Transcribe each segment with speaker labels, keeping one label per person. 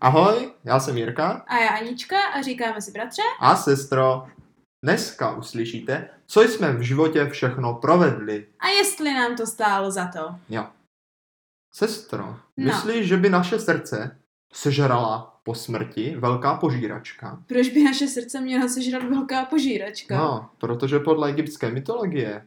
Speaker 1: Ahoj, já jsem Jirka
Speaker 2: A já Anička a říkáme si bratře.
Speaker 1: a sestro. Dneska uslyšíte, co jsme v životě všechno provedli.
Speaker 2: A jestli nám to stálo za to.
Speaker 1: Sestro, myslíš, že by naše srdce sežrala po smrti velká požíračka?
Speaker 2: Proč by naše srdce měla sežrat velká požíračka?
Speaker 1: No, protože podle egyptské mytologie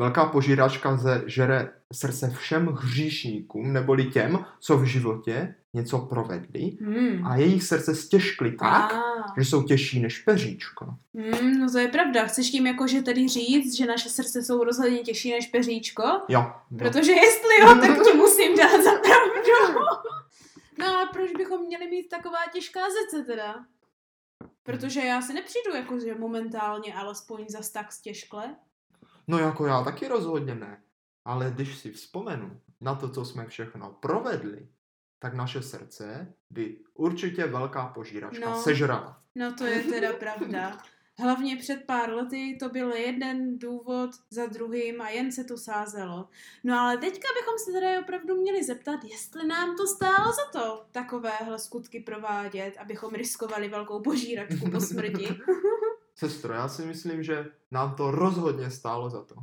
Speaker 1: velká požíračka zežere srdce všem hříšníkům, neboli těm, co v životě něco provedli
Speaker 2: Hmm.
Speaker 1: a jejich srdce stěžkly tak,
Speaker 2: Ah,
Speaker 1: že jsou těžší než peříčko.
Speaker 2: hmm, no to je pravda. Chceš tím jakože tady říct, že naše srdce jsou rozhodně těžší než peříčko?
Speaker 1: Jo, jo.
Speaker 2: Protože jestli jo, tak ti musím dát za pravdu. No a proč bychom měli mít taková těžká zece teda? Protože já si nepřijdu jakože momentálně alespoň zas tak stěžkle.
Speaker 1: No jako já taky rozhodně ne. Ale když si vzpomenu na to, co jsme všechno provedli, tak naše srdce by určitě velká požíračka
Speaker 2: No.
Speaker 1: sežrala.
Speaker 2: No to je teda pravda. Hlavně před pár lety to byl jeden důvod za druhým a jen se to sázelo. No ale teďka bychom se teda opravdu měli zeptat, jestli nám to stálo za to takovéhle skutky provádět, abychom riskovali velkou požíračku po smrti.
Speaker 1: Sestro, já si myslím, že nám to rozhodně stálo za to.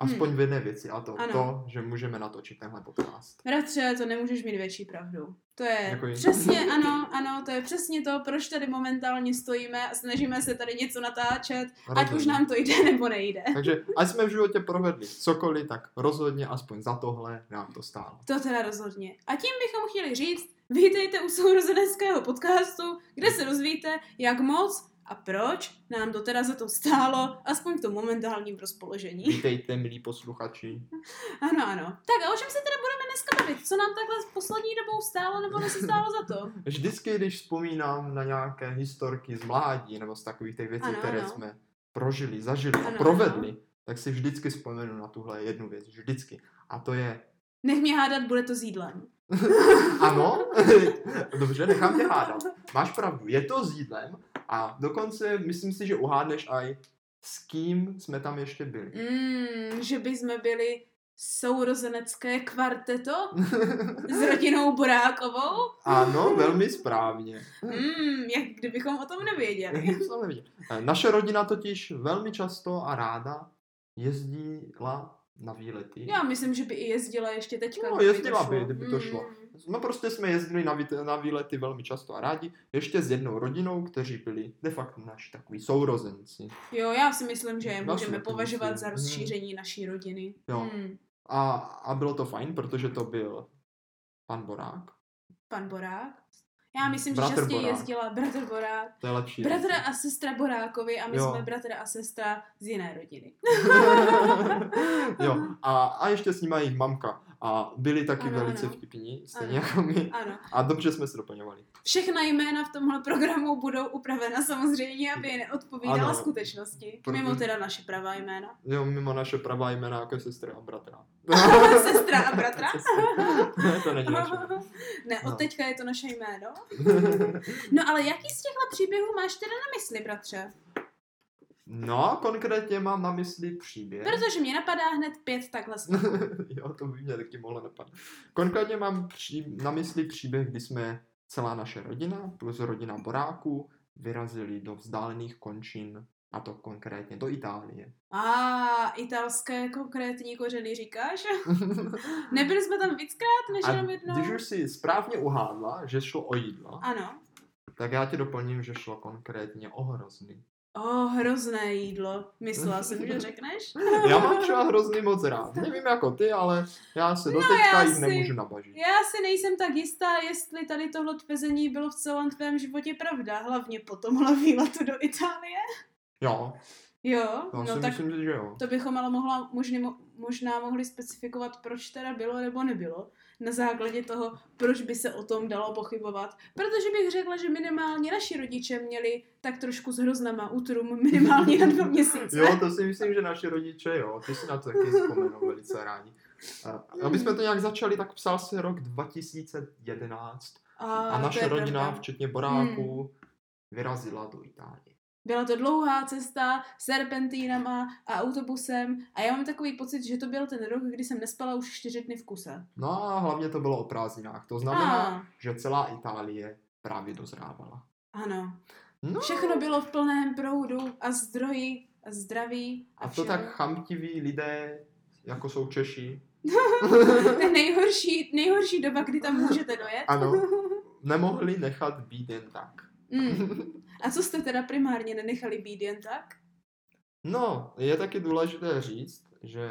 Speaker 1: Aspoň v jedné věci, a to
Speaker 2: Hmm. Ano.
Speaker 1: to, že můžeme natočit tenhle podcast.
Speaker 2: Bratře, to nemůžeš mít větší pravdu. To je
Speaker 1: Děkuji.
Speaker 2: přesně, ano, ano, to je přesně to, proč tady momentálně stojíme a snažíme se tady něco natáčet, ať už
Speaker 1: Rozhodně.
Speaker 2: nám to jde nebo nejde.
Speaker 1: Takže ať jsme v životě provedli cokoliv, tak rozhodně aspoň za tohle nám to stálo.
Speaker 2: To teda rozhodně. A tím bychom chtěli říct, vítejte u sourozeneckého podcastu, kde se rozvíte, jak moc a proč nám to teda za to stálo, aspoň v tom momentálním rozpoložení.
Speaker 1: Vítejte, milí posluchači.
Speaker 2: Ano, ano. Tak a o čem se teda budeme dneska bavit? Co nám takhle s poslední dobou stálo nebo nestálo za to?
Speaker 1: Vždycky, když vzpomínám na nějaké historky z mládí nebo z takových těch věcí,
Speaker 2: Ano,
Speaker 1: které
Speaker 2: ano.
Speaker 1: jsme prožili, zažili a
Speaker 2: Ano,
Speaker 1: provedli, tak si vždycky vzpomenu na tuhle jednu věc. Vždycky. A to je...
Speaker 2: Nech mě hádat, bude to s jídlem.
Speaker 1: Ano? Dobře, nechám tě hádat. Máš pravdu, je to s jídlem a dokonce myslím si, že uhádneš aj s kým jsme tam ještě byli.
Speaker 2: Mm, že by jsme byli sourozenecké kvarteto s rodinou Borákovou?
Speaker 1: Ano, velmi správně.
Speaker 2: Mm, jak kdybychom o tom nevěděli.
Speaker 1: Já jsem neviděl. Eh, Naše rodina totiž velmi často a ráda jezdila na výlety.
Speaker 2: Já myslím, že by i jezdila ještě teďka.
Speaker 1: No,
Speaker 2: kdyby to
Speaker 1: jezdila by,
Speaker 2: šlo. Hmm.
Speaker 1: kdyby to šlo. No prostě jsme jezdili na, vít- na výlety velmi často a rádi, ještě s jednou rodinou, kteří byli de facto naši takový sourozenci.
Speaker 2: Jo, já si myslím, že je
Speaker 1: Já si
Speaker 2: můžeme
Speaker 1: taky
Speaker 2: považovat
Speaker 1: myslím.
Speaker 2: za
Speaker 1: Hmm.
Speaker 2: rozšíření naší rodiny.
Speaker 1: Jo.
Speaker 2: Hmm.
Speaker 1: A, a bylo to fajn, protože to byl pan Borák,
Speaker 2: Pan Borák. Já myslím, že
Speaker 1: Bratr
Speaker 2: častěji
Speaker 1: Borák.
Speaker 2: jezdila bratr Borák,
Speaker 1: to je lepší.
Speaker 2: bratr a sestra Borákovi a my
Speaker 1: Jo.
Speaker 2: jsme bratr a sestra z jiné rodiny.
Speaker 1: jo, a, a ještě s nima jejich mamka. A byli taky
Speaker 2: Ano,
Speaker 1: velice
Speaker 2: ano.
Speaker 1: vtipní, stejně
Speaker 2: Ano.
Speaker 1: jako my.
Speaker 2: Ano.
Speaker 1: A dobře jsme se doplňovali.
Speaker 2: Všechna jména v tomhle programu budou upravena samozřejmě, aby je neodpovídala
Speaker 1: Ano.
Speaker 2: skutečnosti.
Speaker 1: Proto-
Speaker 2: Mimo teda naše pravá jména.
Speaker 1: Jo, mimo naše pravá jména jako sestra a bratra.
Speaker 2: Sestra a bratra.
Speaker 1: Ne, to není naše.
Speaker 2: ne, od
Speaker 1: No.
Speaker 2: teďka je to naše jméno. No ale jaký z těchto příběhů máš teda na mysli, bratře?
Speaker 1: No, konkrétně mám na mysli příběh.
Speaker 2: Protože mě napadá hned pět takhle. z-
Speaker 1: jo, to by mě taky mohlo napadnout. Konkrétně mám pří, na mysli příběh, kdy jsme celá naše rodina plus rodina Boráků vyrazili do vzdálených končin, a to konkrétně do Itálie.
Speaker 2: A italské konkrétní kořeny říkáš? Nebyli jsme tam víckrát než
Speaker 1: a
Speaker 2: jenom jednou?
Speaker 1: když už si správně uhádla, že šlo o jídlo,
Speaker 2: Ano.
Speaker 1: tak já ti doplním, že šlo konkrétně o hrozny.
Speaker 2: O, hrozné jídlo. Myslela jsem, že řekneš.
Speaker 1: Já mám třeba hrozný moc rád. Nevím jako ty, ale já se doteďka
Speaker 2: No já
Speaker 1: jich
Speaker 2: si-
Speaker 1: nemůžu nabažit.
Speaker 2: Já si nejsem tak jistá, jestli tady tohle tvrzení bylo v celém tvém životě pravda, hlavně po tomhle výletu do Itálie.
Speaker 1: Jo,
Speaker 2: Jo,
Speaker 1: já si
Speaker 2: no tak
Speaker 1: myslím, že jo.
Speaker 2: To bychom ale mohla, možný, možná mohli specifikovat, proč teda bylo nebo nebylo. Na základě toho, proč by se o tom dalo pochybovat. Protože bych řekla, že minimálně naši rodiče měli tak trošku s hroznama útrum minimálně na dva měsíce.
Speaker 1: Jo, to si myslím, že naši rodiče, jo, ty si na to taky vzpomenou velice rádi. A aby jsme to nějak začali, tak psal se rok 2011 a
Speaker 2: to
Speaker 1: naše
Speaker 2: je
Speaker 1: rodina,
Speaker 2: pravda. Hmm.
Speaker 1: včetně Boráků, vyrazila do Itálie.
Speaker 2: Byla to dlouhá cesta serpentínama a autobusem a já mám takový pocit, že to byl ten rok, kdy jsem nespala už čtyři dny v kuse.
Speaker 1: No a hlavně to bylo o prázdninách. To znamená,
Speaker 2: A,
Speaker 1: že celá Itálie právě dozrávala.
Speaker 2: ano.
Speaker 1: No
Speaker 2: Všechno bylo v plném proudu a zdroji a zdraví a,
Speaker 1: a to
Speaker 2: všeho.
Speaker 1: tak chamtiví lidé, jako jsou Češi,
Speaker 2: To je nejhorší, nejhorší doba, kdy tam můžete dojet.
Speaker 1: Ano. nemohli nechat být jen tak.
Speaker 2: Mm. A co jste teda primárně nenechali být jen tak?
Speaker 1: No, je taky důležité říct, že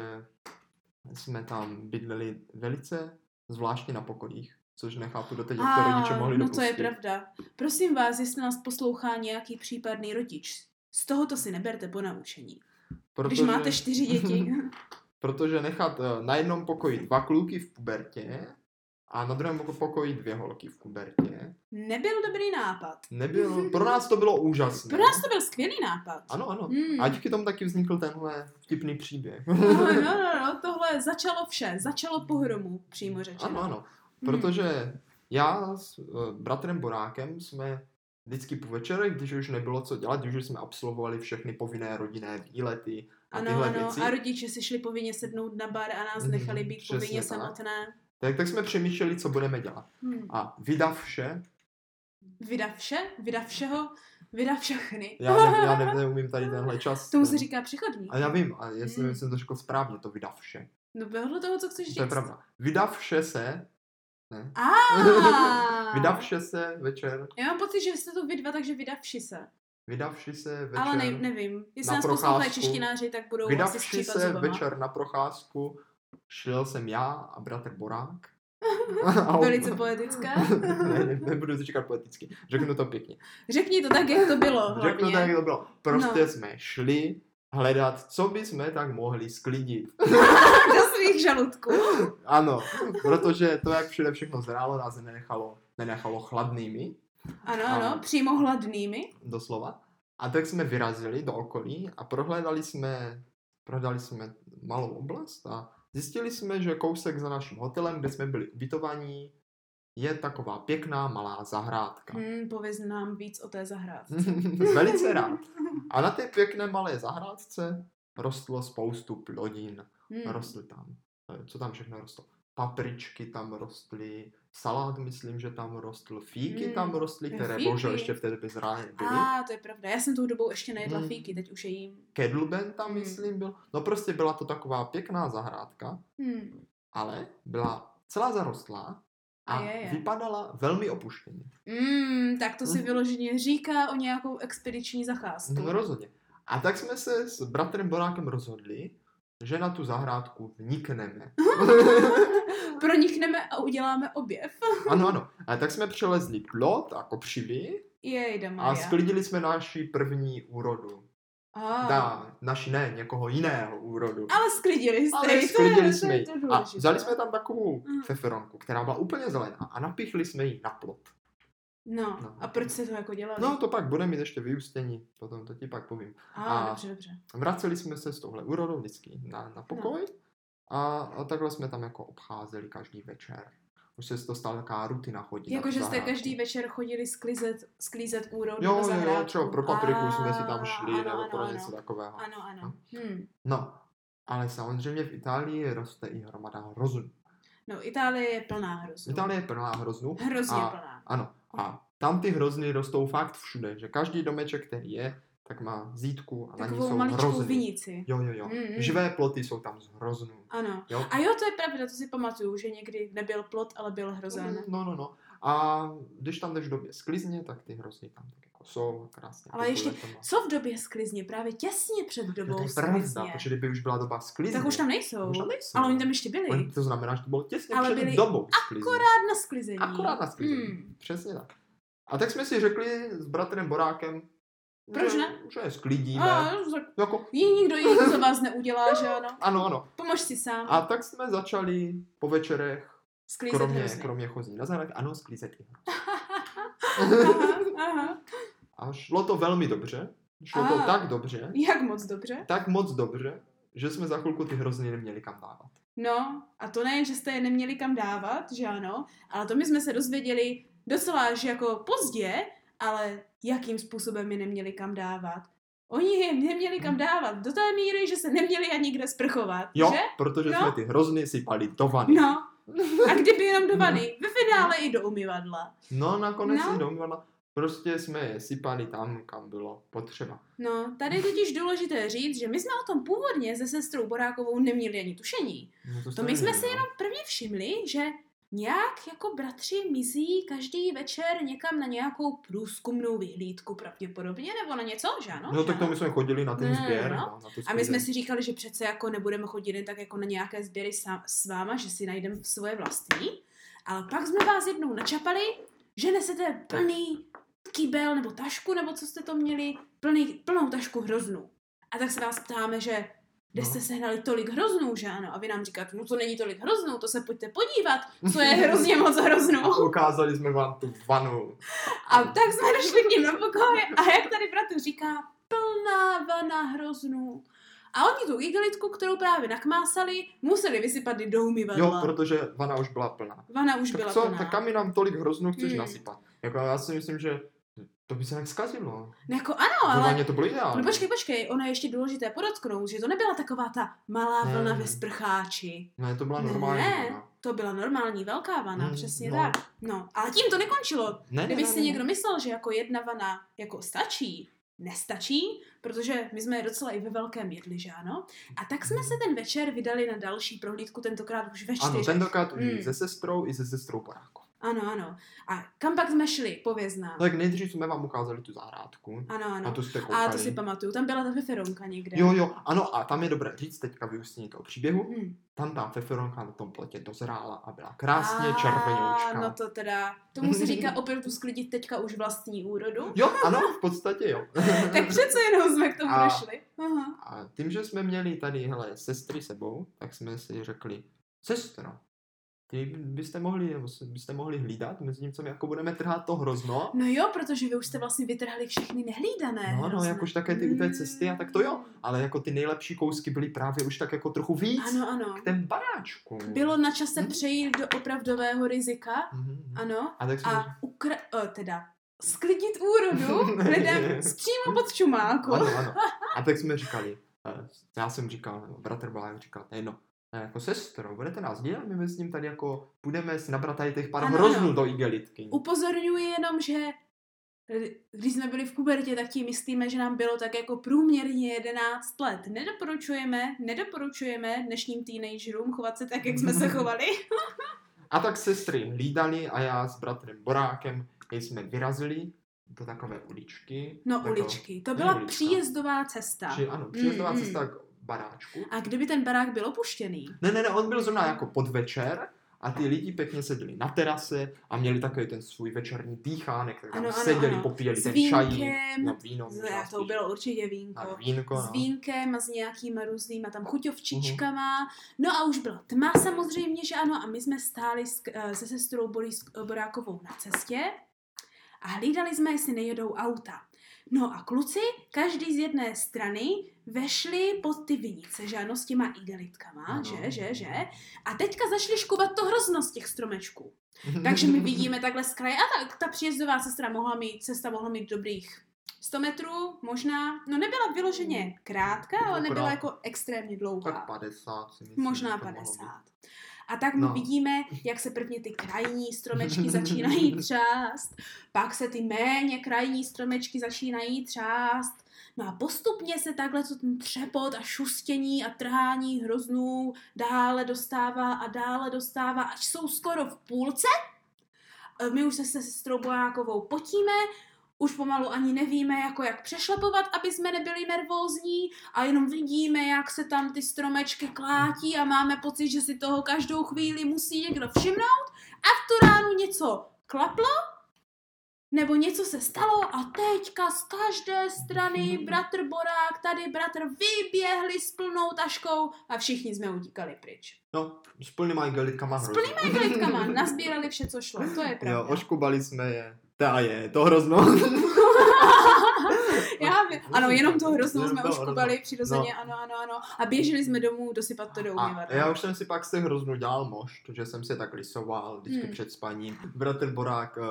Speaker 1: jsme tam bydleli velice zvláštně na pokojích, což nechápu doteď, jak to rodiče mohli
Speaker 2: no to
Speaker 1: dopustit.
Speaker 2: je pravda. Prosím vás, jestli nás poslouchá nějaký případný rodič, z tohoto si neberte po naučení. Protože... Když máte čtyři děti.
Speaker 1: Protože nechat eh, na jednom pokoji dva kluky v pubertě a na druhém pokoji dvě holky v pubertě,
Speaker 2: Nebyl dobrý nápad.
Speaker 1: nebylo, pro nás to bylo úžasné.
Speaker 2: Mhm. Pro nás to byl skvělý nápad.
Speaker 1: Ano, ano.
Speaker 2: Mm.
Speaker 1: A díky tomu taky vznikl tenhle vtipný příběh.
Speaker 2: No, no, no, no, tohle začalo vše. Začalo pohromu, přímo řečeno. Hmm.
Speaker 1: Ano, ano. Protože já s eh, bratrem Borákem jsme vždycky po večerech, když už nebylo co dělat, když už jsme absolvovali všechny povinné rodinné výlety a
Speaker 2: Ano,
Speaker 1: tyhle
Speaker 2: ano.
Speaker 1: věci,
Speaker 2: A rodiče si šli povinně sednout na bar a nás
Speaker 1: Mhm,
Speaker 2: nechali být
Speaker 1: přesně
Speaker 2: povinně
Speaker 1: tak.
Speaker 2: samotné.
Speaker 1: tak, tak jsme přemýšleli, co budeme dělat.
Speaker 2: Hmm.
Speaker 1: A vydav vše,
Speaker 2: Vyda vše, vyda všeho, vyda všechny.
Speaker 1: já, ne, já ne, neumím tady tenhle čas.
Speaker 2: Tomu se říká přechodník.
Speaker 1: A já vím, a jestli
Speaker 2: Mm.
Speaker 1: jsem to řekl správně, to vydav vše.
Speaker 2: No podle toho, co chceš říct.
Speaker 1: To je pravda. Vydav vše se,
Speaker 2: A.
Speaker 1: vydav vše se večer,
Speaker 2: Já mám pocit, že jste to vy dva, takže vydavši se.
Speaker 1: vydav vši se večer.
Speaker 2: Večer. Ale ne, nevím. Jestli
Speaker 1: Na
Speaker 2: nás poslouchají
Speaker 1: procházku.
Speaker 2: češtináři, tak budou asi
Speaker 1: Vydavši
Speaker 2: skřípat
Speaker 1: se
Speaker 2: zubama.
Speaker 1: večer na procházku, šel jsem já a bratr Borák. A on-
Speaker 2: Velice poetické.
Speaker 1: ne, ne, nebudu to říkat poeticky, řeknu to pěkně.
Speaker 2: Řekni to tak, jak to bylo
Speaker 1: Řeknu
Speaker 2: No, hlavně.
Speaker 1: tak, jak to bylo. Prostě
Speaker 2: No.
Speaker 1: jsme šli hledat, co by jsme tak mohli sklidit.
Speaker 2: Do svých žaludků.
Speaker 1: Ano, protože to, jak všude všechno zrálo, nás nenechalo, nenechalo chladnými,
Speaker 2: Ano,
Speaker 1: Ano.
Speaker 2: ano, přímo hladnými.
Speaker 1: doslova. A tak jsme vyrazili do okolí a prohlédali jsme, prohlédali jsme malou oblast a zjistili jsme, že kousek za naším hotelem, kde jsme byli ubytovaní, je taková pěkná malá zahrádka.
Speaker 2: Hmm, pověz nám víc o té zahrádce.
Speaker 1: Velice rád. A na té pěkné malé zahrádce rostlo spoustu plodin.
Speaker 2: Hmm.
Speaker 1: Rostly tam, eh, co tam všechno rostlo? Papričky tam rostly, salát myslím, že tam rostl, fíky
Speaker 2: Mm,
Speaker 1: tam rostly,
Speaker 2: jo,
Speaker 1: které
Speaker 2: fíky.
Speaker 1: bohužel ještě v té době zrány byly.
Speaker 2: A to je pravda. Já jsem tou dobou ještě nejedla
Speaker 1: Hmm.
Speaker 2: fíky, teď už je jím.
Speaker 1: Kedlben tam
Speaker 2: Mm.
Speaker 1: myslím byl. No prostě byla to taková pěkná zahrádka,
Speaker 2: Hmm.
Speaker 1: ale byla celá zarostlá a,
Speaker 2: A je, je.
Speaker 1: vypadala velmi opuštěně.
Speaker 2: Mm, tak to si
Speaker 1: Mhm.
Speaker 2: vyloženě říká o nějakou expediční zacházku.
Speaker 1: No rozhodně. A tak jsme se s bratrem Borákem rozhodli, že na tu zahrádku vnikneme.
Speaker 2: Pronikneme a uděláme objev.
Speaker 1: Ano, ano. A tak jsme přelezli plot a kopřivy
Speaker 2: Jejda
Speaker 1: a
Speaker 2: Maria.
Speaker 1: sklidili jsme naši první úrodu.
Speaker 2: A,
Speaker 1: Da, naši ne, někoho jiného úrodu.
Speaker 2: Ale sklidili jste.
Speaker 1: Ale
Speaker 2: ji, to je- to
Speaker 1: sklidili
Speaker 2: je-
Speaker 1: jsme ji.
Speaker 2: to je důležité.
Speaker 1: A vzali jsme tam takovou
Speaker 2: Mm.
Speaker 1: feferonku, která byla úplně zelená a napichli jsme ji na plot.
Speaker 2: No,
Speaker 1: No.
Speaker 2: a proč jste to jako dělali?
Speaker 1: No to pak bude mít ještě vyústění, potom to ti pak povím.
Speaker 2: a,
Speaker 1: a-
Speaker 2: dobře, dobře.
Speaker 1: Vraceli jsme se s touhle úrodou vždycky na,
Speaker 2: No.
Speaker 1: na pokoj a, a takhle jsme tam jako obcházeli každý večer. Už se to stala taková rutina chodit. na tu
Speaker 2: Jakože Jako, jste
Speaker 1: zahrádku.
Speaker 2: každý večer chodili sklízet, sklízet úrodu
Speaker 1: Jo,
Speaker 2: do
Speaker 1: jo,
Speaker 2: zahrádku.
Speaker 1: jo, třeba pro papriku
Speaker 2: A,
Speaker 1: jsme si tam šli,
Speaker 2: ano,
Speaker 1: nebo
Speaker 2: ano,
Speaker 1: pro
Speaker 2: ano.
Speaker 1: něco takového.
Speaker 2: Ano, ano. Hmm.
Speaker 1: No, ale samozřejmě v Itálii roste i hromada hroznů.
Speaker 2: No, Itálie je plná hroznů.
Speaker 1: Itálie je plná hroznů,
Speaker 2: Hrozně
Speaker 1: A-
Speaker 2: plná.
Speaker 1: ano. A tam ty hrozny rostou fakt všude, že každý domeček, který je, tak má zítku a na ní
Speaker 2: Takovou
Speaker 1: jsou
Speaker 2: maličkou
Speaker 1: hrozny.
Speaker 2: vinici.
Speaker 1: Jo, jo, jo.
Speaker 2: Mm, mm.
Speaker 1: Živé ploty jsou tam z hroznů.
Speaker 2: Ano.
Speaker 1: Jo?
Speaker 2: A jo, to je pravda, to si pamatuju, že někdy nebyl plot, ale byl hrozen.
Speaker 1: No, no, no. A když tam jdeš v době sklizně, tak ty hrozny tam tak jako jsou a krásně.
Speaker 2: Ale
Speaker 1: putuje to
Speaker 2: ještě-
Speaker 1: má-
Speaker 2: Co v době sklizně? Právě těsně před
Speaker 1: No,
Speaker 2: dobou
Speaker 1: to je pravda,
Speaker 2: sklizně.
Speaker 1: protože kdyby už byla doba sklizně,
Speaker 2: tak už tam nejsou.
Speaker 1: už tam nejsou.
Speaker 2: Ale oni tam ještě byli.
Speaker 1: Oni- To znamená, že to bylo těsně
Speaker 2: Ale
Speaker 1: před
Speaker 2: byli
Speaker 1: dobou sklizně.
Speaker 2: Akorát na sklizení.
Speaker 1: Akorát na sklizení.
Speaker 2: Hmm.
Speaker 1: Přesně tak. A tak jsme si řekli s bratrem Borákem,
Speaker 2: Proč
Speaker 1: že,
Speaker 2: ne?
Speaker 1: že je sklidíme.
Speaker 2: A, no,
Speaker 1: A...
Speaker 2: tak
Speaker 1: Jako,
Speaker 2: ji nikdo jiný to za vás neudělá, že ano?
Speaker 1: ano, ano.
Speaker 2: Pomož si sám.
Speaker 1: A tak jsme začali po večerech,
Speaker 2: Sklízet
Speaker 1: kromě,
Speaker 2: hrozně.
Speaker 1: kromě chozí na zahrad, ano, sklízet i hrozny.
Speaker 2: Aha, aha.
Speaker 1: A šlo to velmi dobře. Šlo to
Speaker 2: A.
Speaker 1: tak dobře,
Speaker 2: Jak moc dobře.
Speaker 1: tak moc dobře, že jsme za chvilku ty hrozny neměli kam dávat.
Speaker 2: No, a to nejen, že jste je neměli kam dávat, že ano, ale to my jsme se dozvěděli docela až jako pozdě, ale jakým způsobem je neměli kam dávat. Oni je neměli kam dávat do té míry, že se neměli ani kde sprchovat,
Speaker 1: Jo,
Speaker 2: že?
Speaker 1: protože
Speaker 2: No.
Speaker 1: jsme ty hrozny sypali do vany.
Speaker 2: No. A kdyby jenom do vany, ve finále i do umyvadla.
Speaker 1: No, nakonec
Speaker 2: No.
Speaker 1: no. domvala. Prostě jsme je sypali tam, kam bylo potřeba.
Speaker 2: No, tady je totiž důležité říct, že my jsme o tom původně se sestrou Borákovou neměli ani tušení.
Speaker 1: No,
Speaker 2: To
Speaker 1: jste
Speaker 2: my jsme
Speaker 1: nevěděli,
Speaker 2: si
Speaker 1: no.
Speaker 2: jenom prvně všimli, že nějak jako bratři mizí každý večer někam na nějakou průzkumnou vyhlídku pravděpodobně, nebo na něco, že ano?
Speaker 1: No,
Speaker 2: že
Speaker 1: tak to
Speaker 2: ano?
Speaker 1: my jsme chodili na ten
Speaker 2: Ne,
Speaker 1: sběr.
Speaker 2: no.
Speaker 1: No, na tu
Speaker 2: A my
Speaker 1: sběr.
Speaker 2: jsme si říkali, že přece jako nebudeme chodit jen tak jako na nějaké sběry sa- s váma, že si najdeme svoje vlastní. Ale pak jsme vás jednou načapali, že nesete plný kýbel nebo tašku, nebo co jste to měli, plný, plnou tašku hroznů. A tak se vás ptáme, že kde
Speaker 1: No.
Speaker 2: jste sehnali tolik hroznů, že ano? A vy nám říkáte, no to není tolik hroznů, to se pojďte podívat, co je hrozně moc no. hroznů.
Speaker 1: A ukázali jsme vám tu vanu.
Speaker 2: A tak jsme došli k ním na pokoje a jak tady bratr říká, plná vana hroznů. A oni tu igelitku, kterou právě nakmásali, museli vysypat i do
Speaker 1: Jo,
Speaker 2: umyvadla.
Speaker 1: protože vana už byla plná.
Speaker 2: Vana už byla
Speaker 1: Tak co,
Speaker 2: plná.
Speaker 1: tak kam mi nám tolik hroznů chceš
Speaker 2: Hmm.
Speaker 1: nasypat? Jako já si myslím, že to by se tak zkazilo.
Speaker 2: No jako ano,
Speaker 1: No,
Speaker 2: ale...
Speaker 1: ale... to bylo ideální.
Speaker 2: No počkej, počkej, ono je ještě důležité podotknout, že to nebyla taková ta malá
Speaker 1: Ne.
Speaker 2: vlna ve sprcháči.
Speaker 1: Ne, to byla normální
Speaker 2: Ne.
Speaker 1: vana.
Speaker 2: To byla normální velká vana,
Speaker 1: Mm,
Speaker 2: přesně
Speaker 1: no.
Speaker 2: tak. No, ale tím to nekončilo.
Speaker 1: Ne, ne,
Speaker 2: Kdyby
Speaker 1: ne,
Speaker 2: si
Speaker 1: ne.
Speaker 2: někdo myslel, že jako jedna vana jako stačí, nestačí, protože my jsme docela i ve velkém jedli, že ano? A tak jsme se ten večer vydali na další prohlídku, tentokrát už ve
Speaker 1: Ano,
Speaker 2: čtyřech.
Speaker 1: tentokrát už
Speaker 2: Hmm.
Speaker 1: mm. se sestrou i se sestrou Boráko.
Speaker 2: Ano, ano. A kam pak jsme šli? Pověz nám.
Speaker 1: No, Tak nejdřív jsme vám ukázali tu zahrádku.
Speaker 2: Ano, ano.
Speaker 1: A to jste koukali.
Speaker 2: A to si pamatuju, tam byla ta feferonka někde.
Speaker 1: Jo, jo, ano, a tam je dobré říct teďka vyústění toho příběhu.
Speaker 2: Hm.
Speaker 1: Tam ta feferonka na tom plotě dozrála a byla krásně
Speaker 2: A,
Speaker 1: červenoučká.
Speaker 2: No to teda, tomu se říká opravdu sklidit teďka už vlastní úrodu.
Speaker 1: Jo, ano, v podstatě jo.
Speaker 2: tak přece jenom jsme k tomu
Speaker 1: A-
Speaker 2: došli. Aha.
Speaker 1: A tím, že jsme měli tady, hele, sestry sebou, tak jsme si řekli, sestro, ty byste mohli, nebo s- byste mohli hlídat mezi tím, co my jako budeme trhat to hrozno.
Speaker 2: No jo, protože vy už jste vlastně vytrhali všechny nehlídané.
Speaker 1: No, no,
Speaker 2: hrozné.
Speaker 1: jakož také ty u té cesty a tak to jo.
Speaker 2: Mm.
Speaker 1: Ale jako ty nejlepší kousky byly právě už tak jako trochu víc
Speaker 2: Ano, ano.
Speaker 1: k tém baráčku.
Speaker 2: Bylo na čase
Speaker 1: Mhm.
Speaker 2: přejít do opravdového rizika,
Speaker 1: Mhm.
Speaker 2: ano,
Speaker 1: A tak jsme...
Speaker 2: a ukr... O, teda sklidit úrodu lidem z přímo pod čumáku.
Speaker 1: Ano, ano. A tak jsme říkali, eh, já jsem říkal, nebo bratr Bálek říkal, ne, no, eh, jako sestro, budete nás dělat, my s ním tady jako půjdeme si nabrat tady těch pár
Speaker 2: Ano, ano.
Speaker 1: hroznů do igelitky.
Speaker 2: Upozorňuji jenom, že když jsme byli v pubertě, tak tím myslíme, že nám bylo tak jako průměrně 11 let. Nedoporučujeme, nedoporučujeme dnešním teenagerům chovat se tak, jak jsme se chovali.
Speaker 1: A tak sestry hlídali a já s bratrem Borákem jsme vyrazili do takové uličky.
Speaker 2: No
Speaker 1: jako-
Speaker 2: uličky, to
Speaker 1: ne
Speaker 2: byla
Speaker 1: ulička.
Speaker 2: příjezdová cesta.
Speaker 1: Při, ano, příjezdová
Speaker 2: Mm, mm.
Speaker 1: cesta k baráčku.
Speaker 2: A kdyby ten barák byl opuštěný,
Speaker 1: Ne, ne, ne, on byl zrovna jako podvečer a ty lidi pěkně seděli na terase a měli takový ten svůj večerní dýchánek, tak tam
Speaker 2: Ano, ano,
Speaker 1: seděli,
Speaker 2: ano.
Speaker 1: popíjeli
Speaker 2: S
Speaker 1: ten čají.
Speaker 2: vínkem,
Speaker 1: No, víno, možná
Speaker 2: Z- to
Speaker 1: spíš.
Speaker 2: bylo určitě vínko.
Speaker 1: A vínko,
Speaker 2: S
Speaker 1: no.
Speaker 2: vínkem a s nějakýma různýma tam chuťovčičkama.
Speaker 1: Mhm.
Speaker 2: No a už byla tma samozřejmě, že ano. A my jsme stáli s, eh, se sestrou Boris, Borákovou na cestě a hlídali jsme, jestli nejedou auta. No a kluci, každý z jedné strany, vešli pod ty vinice, že ano, s těma igelitkama,
Speaker 1: Ano.
Speaker 2: že, že, že. A teďka zašli škubat to hrozno z těch stromečků. Takže my vidíme takhle z kraje. A ta, ta příjezdová sestra mohla mít, cesta mohla mít dobrých 100 metrů, možná. No nebyla vyloženě krátká, ale
Speaker 1: Dobrá.
Speaker 2: nebyla jako extrémně
Speaker 1: Tak
Speaker 2: dlouhá.
Speaker 1: 50 si myslím,
Speaker 2: Možná
Speaker 1: že to mohlo
Speaker 2: 50.
Speaker 1: být.
Speaker 2: A tak my
Speaker 1: No.
Speaker 2: vidíme, jak se prvně ty krajní stromečky začínají třást, pak se ty méně krajní stromečky začínají třást. No a postupně se takhle co ten třepot a šustění a trhání hroznů dále dostává a dále dostává, až jsou skoro v půlce. E, My už se se sestrou Bojákovou potíme, už pomalu ani nevíme, jako jak přešlapovat, aby jsme nebyli nervózní a jenom vidíme, jak se tam ty stromečky klátí a máme pocit, že si toho každou chvíli musí někdo všimnout a v tu ránu něco klaplo, nebo něco se stalo a teďka z každé strany bratr Borák, tady bratr vyběhli s plnou taškou a všichni jsme utíkali pryč.
Speaker 1: No, s plnýma igelitkama
Speaker 2: S
Speaker 1: hrozno.
Speaker 2: plnýma igelitkama nazbírali vše, co šlo, to je
Speaker 1: Jo,
Speaker 2: pravda.
Speaker 1: oškubali jsme je. Ta je, to hrozno.
Speaker 2: Já vím. Ano, jenom to hroznou
Speaker 1: Jenom
Speaker 2: jsme
Speaker 1: to
Speaker 2: už
Speaker 1: hrozno.
Speaker 2: kubali přirozeně, ano, ano, ano. A běželi jsme domů dosypat to do
Speaker 1: A
Speaker 2: umyvadla.
Speaker 1: já už jsem si pak se hroznu dělal mož, že jsem se tak lisoval vždycky
Speaker 2: Hmm.
Speaker 1: před spaním. Bratr Borák eh,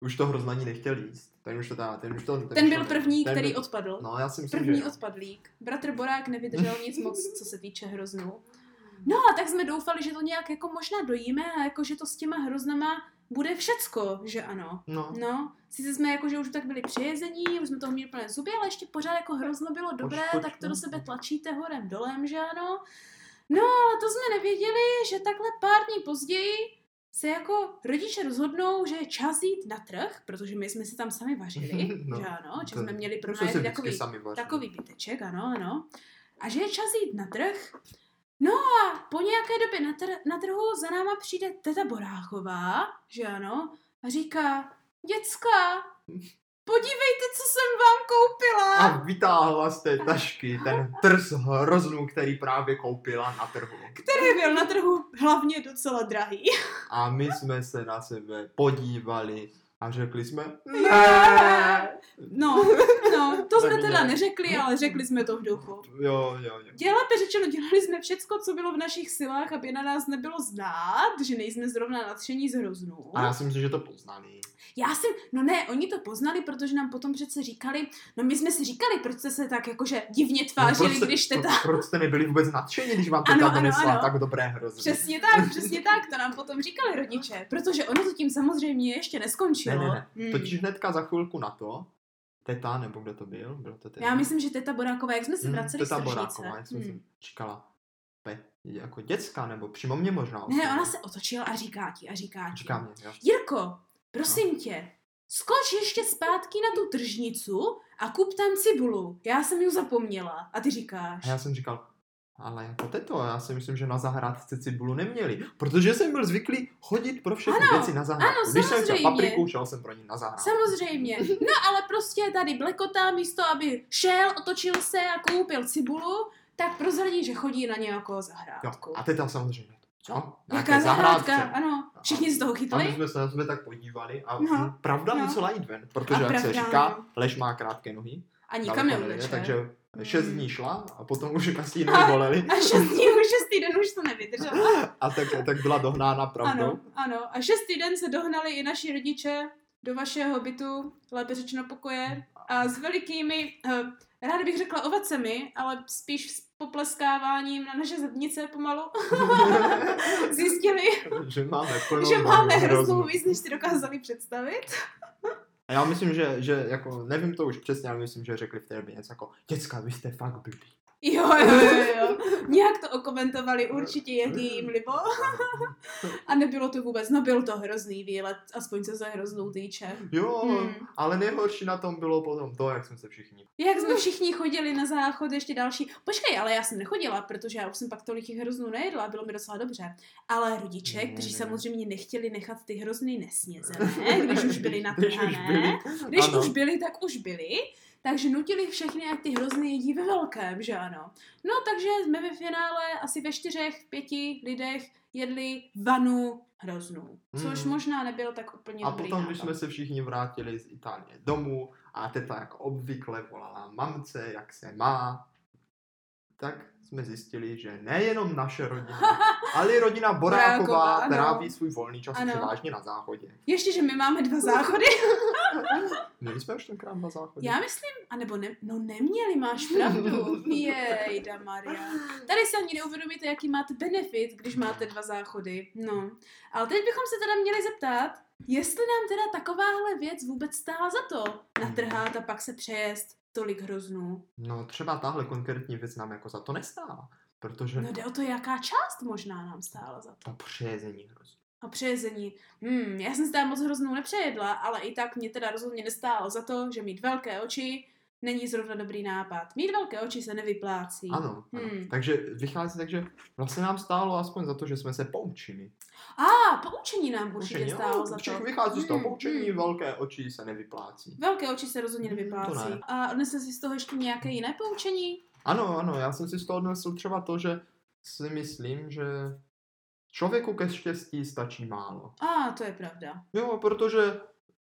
Speaker 1: už to hrozmaní nechtěl jíst. Ten už to tá, ten už to... Ten,
Speaker 2: Ten
Speaker 1: už
Speaker 2: byl
Speaker 1: to-
Speaker 2: první, který
Speaker 1: byl-
Speaker 2: odpadl.
Speaker 1: No, já si myslím,
Speaker 2: První
Speaker 1: že jo.
Speaker 2: odpadlík. Bratr Borák nevydržel nic moc, co se týče hroznů. No a tak jsme doufali, že to nějak jako možná dojíme a jako že to s těma hroznama bude všecko, že ano.
Speaker 1: No,
Speaker 2: No, sice jsme jako, že už tak byli přijezení, už jsme toho měli plné zuby, ale ještě pořád jako hrozno bylo dobré,
Speaker 1: pojď,
Speaker 2: tak to
Speaker 1: no.
Speaker 2: do sebe tlačíte horem dolem, že ano. No, ale to jsme nevěděli, že takhle pár dní později se jako rodiče rozhodnou, že je čas jít na trh, protože my jsme si tam sami vařili,
Speaker 1: No,
Speaker 2: že ano, že
Speaker 1: to-
Speaker 2: jsme měli
Speaker 1: to jsme si
Speaker 2: pronajet
Speaker 1: vždycky
Speaker 2: takový
Speaker 1: sami vařili.
Speaker 2: Takový byteček, ano, ano. A že je čas jít na trh. No a po nějaké době na, tr- na trhu za náma přijde teta Boráchová, že ano, a říká, děcka, podívejte, co jsem vám koupila.
Speaker 1: A vytáhla z té tašky ten trs hroznů, který právě koupila na trhu.
Speaker 2: Který byl na trhu hlavně docela drahý.
Speaker 1: A my jsme se na sebe podívali a řekli jsme ne.
Speaker 2: Ne. No, no, to jsme
Speaker 1: Taky
Speaker 2: teda
Speaker 1: ne.
Speaker 2: neřekli, ale řekli jsme to v duchu.
Speaker 1: Jo, jo, jo.
Speaker 2: Dělápe řečeno, dělali jsme všecko, co bylo v našich silách, aby na nás nebylo znát, že nejsme zrovna nadšení z hroznů.
Speaker 1: A já si myslím, že to poznali.
Speaker 2: Já jsem, no ne, oni to poznali, protože nám potom přece říkali, no my jsme si říkali, proč jste se tak jakože divně
Speaker 1: No,
Speaker 2: tvářili,
Speaker 1: proč jste-
Speaker 2: No když teta...
Speaker 1: Pro, proč jste nebyli vůbec nadšení, když vám
Speaker 2: Ano,
Speaker 1: teta
Speaker 2: ano,
Speaker 1: donesla
Speaker 2: ano.
Speaker 1: tak dobré hrozny?
Speaker 2: Přesně tak, přesně tak, to nám potom říkali rodiče, protože ono to tím samozřejmě ještě neskončilo.
Speaker 1: Ne, ne,
Speaker 2: Hmm.
Speaker 1: Totiž hnedka za chvilku na to, teta, nebo kdo to byl, bylo to teta.
Speaker 2: Já myslím, že teta Boráková, jak jsme se
Speaker 1: Hmm,
Speaker 2: vraceli z
Speaker 1: teta
Speaker 2: tržnice.
Speaker 1: Boráková, já jsem
Speaker 2: hmm.
Speaker 1: si říkala, pe, jako děcka, nebo přímo mě možná.
Speaker 2: Ne,
Speaker 1: oslovila.
Speaker 2: ona se otočila a říká ti, a říká ti.
Speaker 1: Říká mě, jo.
Speaker 2: Jirko, prosím tě, skoč ještě zpátky na tu tržnicu a kup tam cibulu. Já jsem ji zapomněla. A ty říkáš.
Speaker 1: A já jsem říkal, ale jako teto, já si myslím, že na zahrádce cibulu neměli, protože jsem byl zvyklý chodit pro všechny
Speaker 2: Ano,
Speaker 1: věci na zahrádku.
Speaker 2: ano,
Speaker 1: Když jsem chtěl
Speaker 2: samozřejmě.
Speaker 1: papriku, šel jsem pro ní na zahrádku.
Speaker 2: Samozřejmě. No ale prostě tady blekotá místo, aby šel, otočil se a koupil cibulu, tak prozradí, že chodí na nějakou
Speaker 1: Jo,
Speaker 2: zahrádku.
Speaker 1: a teta samozřejmě. Co? Na
Speaker 2: Jaká
Speaker 1: jaké
Speaker 2: zahrádka?
Speaker 1: zahrádce?
Speaker 2: Ano, všichni z toho
Speaker 1: A my
Speaker 2: chytli.
Speaker 1: jsme se na sebe tak podívali a
Speaker 2: No,
Speaker 1: pravda
Speaker 2: no.
Speaker 1: musela jít ven, protože jak
Speaker 2: A
Speaker 1: se
Speaker 2: pravda,
Speaker 1: říká,
Speaker 2: no.
Speaker 1: lež má krátké nohy.
Speaker 2: A nikam
Speaker 1: daleko nejde,
Speaker 2: neuteče.
Speaker 1: Takže
Speaker 2: Hmm.
Speaker 1: šest dní šla a potom už asi ji
Speaker 2: A-
Speaker 1: boleli.
Speaker 2: A šestý, šestý den už to nevydržela.
Speaker 1: A tak, tak byla dohnána pravdou.
Speaker 2: Ano, ano. A šestý den se dohnali i naši rodiče do vašeho bytu, lépe řečeno pokoje, a s velikými, eh, ráda bych řekla ovacemi, ale spíš s popleskáváním na naše zadnice pomalu, zjistili,
Speaker 1: že máme plnou
Speaker 2: že máme
Speaker 1: hroznou.
Speaker 2: hroznou víc, než si dokázali představit.
Speaker 1: A já myslím, že, že jako, nevím to už přesně, ale myslím, že řekli v té době něco jako, děcka, vy jste fakt blbí.
Speaker 2: Jo, jo, jo, jo. Nějak to okomentovali určitě, jak je jim libo. A nebylo to vůbec, no byl to hrozný výlet, aspoň co se hroznou týče.
Speaker 1: Jo,
Speaker 2: Hmm.
Speaker 1: ale nejhorší na tom bylo potom to, jak jsme se všichni...
Speaker 2: Jak jsme všichni chodili na záchod, ještě další. Počkej, ale já jsem nechodila, protože já už jsem pak tolik těch hroznů nejedla, bylo mi docela dobře. Ale rodiče,
Speaker 1: Ne,
Speaker 2: kteří
Speaker 1: ne, ne.
Speaker 2: samozřejmě nechtěli nechat ty hrozny nesnězené, když
Speaker 1: Když už
Speaker 2: už byli
Speaker 1: byli,
Speaker 2: natrhané, když
Speaker 1: ano.
Speaker 2: už byli, tak už byli. Takže nutili všechny, ať ty hrozny jedí ve velkém, že ano. No takže jsme ve finále asi ve čtyřech, pěti lidech jedli vanu hroznů. Což
Speaker 1: Mm.
Speaker 2: možná nebyl tak úplně
Speaker 1: A
Speaker 2: dobrý
Speaker 1: potom, když
Speaker 2: nápad.
Speaker 1: jsme se všichni vrátili z Itálie domů a teta jako obvykle volala mamce, jak se má, tak jsme zjistili, že nejenom naše rodina, ale i rodina
Speaker 2: Boráková,
Speaker 1: Boráková
Speaker 2: ano.
Speaker 1: tráví svůj volný čas
Speaker 2: Ano.
Speaker 1: převážně na záchodě.
Speaker 2: Ještě, že my máme dva záchody.
Speaker 1: Měli jsme už tenkrát na záchodě.
Speaker 2: Já myslím, anebo ne, no neměli, máš pravdu. Jejda Maria. Tady si ani neuvědomíte, jaký máte benefit, když máte dva záchody. No, ale teď bychom se teda měli zeptat, jestli nám teda takováhle věc vůbec stála za to natrhat a pak se přejest tolik hroznů.
Speaker 1: No třeba tahle konkrétní věc nám jako za to nestála, protože
Speaker 2: No jde o to, jaká část možná nám stála za to.
Speaker 1: to přejezení hrozí.
Speaker 2: A přejezení. Hmm, já jsem si tam moc hroznou nepřejedla, ale i tak mě teda rozhodně nestálo za to, že mít velké oči není zrovna dobrý nápad. Mít velké oči se nevyplácí.
Speaker 1: Ano, ano.
Speaker 2: Hmm.
Speaker 1: takže vychází tak, že vlastně nám stálo aspoň za to, že jsme se poučili.
Speaker 2: A poučení nám určitě
Speaker 1: Poučení,
Speaker 2: stálo
Speaker 1: jo,
Speaker 2: za to.
Speaker 1: všichni Vychází z toho
Speaker 2: Hmm,
Speaker 1: poučení,
Speaker 2: hmm.
Speaker 1: velké oči se nevyplácí.
Speaker 2: Velké oči se rozhodně
Speaker 1: Hmm, to
Speaker 2: nevyplácí.
Speaker 1: ne.
Speaker 2: A odnesl si z toho ještě nějaké jiné poučení?
Speaker 1: Ano, ano, já jsem si z toho odnesl třeba to, že si myslím, že člověku ke štěstí stačí málo.
Speaker 2: A to je pravda.
Speaker 1: Jo, protože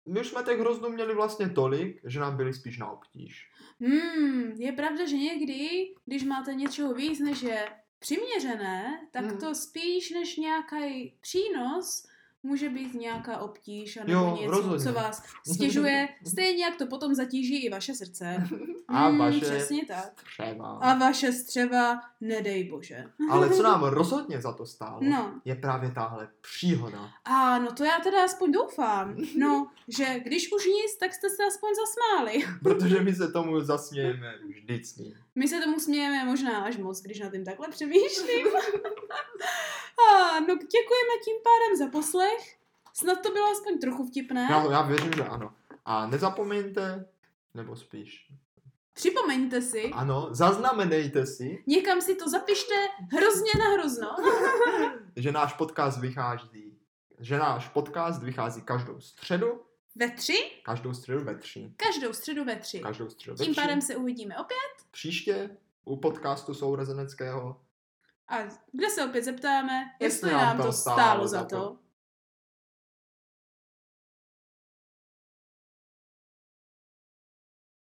Speaker 1: my už jsme těch hroznů měli vlastně tolik, že nám byli spíš na obtíž.
Speaker 2: Hmm, je pravda, že někdy, když máte něčeho víc, než je přiměřené, tak
Speaker 1: Hmm.
Speaker 2: to spíš než nějaký přínos může být nějaká obtíž a
Speaker 1: Jo,
Speaker 2: nebo něco,
Speaker 1: rozhodně.
Speaker 2: co vás stěžuje. Stejně jak to potom zatíží i vaše srdce.
Speaker 1: A vaše
Speaker 2: Hmm, Přesně tak.
Speaker 1: střeva.
Speaker 2: A vaše střeva, nedej bože.
Speaker 1: Ale co nám rozhodně za to stálo,
Speaker 2: No,
Speaker 1: je právě tahle příhoda.
Speaker 2: a no to já teda aspoň doufám. No, že když už nic, tak jste se aspoň zasmáli.
Speaker 1: Protože my se tomu zasmějeme vždycky.
Speaker 2: My se tomu smějeme možná až moc, když na tím takhle přemýšlím. A, no děkujeme tím pádem za poslech. Snad to bylo aspoň trochu vtipné.
Speaker 1: Já, já věřím, že ano. A nezapomeňte, nebo spíš,
Speaker 2: Připomeňte si,
Speaker 1: ano, zaznamenejte si,
Speaker 2: někam si to zapište hrozně na hrozno.
Speaker 1: že náš podcast vychází, že náš podcast vychází každou středu,
Speaker 2: Ve tři,
Speaker 1: každou středu ve tři.
Speaker 2: každou středu ve tři.
Speaker 1: Každou středu ve
Speaker 2: Tím
Speaker 1: tři.
Speaker 2: pádem se uvidíme opět
Speaker 1: Příště u podcastu Sourozeneckého
Speaker 2: a kde se opět zeptáme, jestli nám to stálo za to.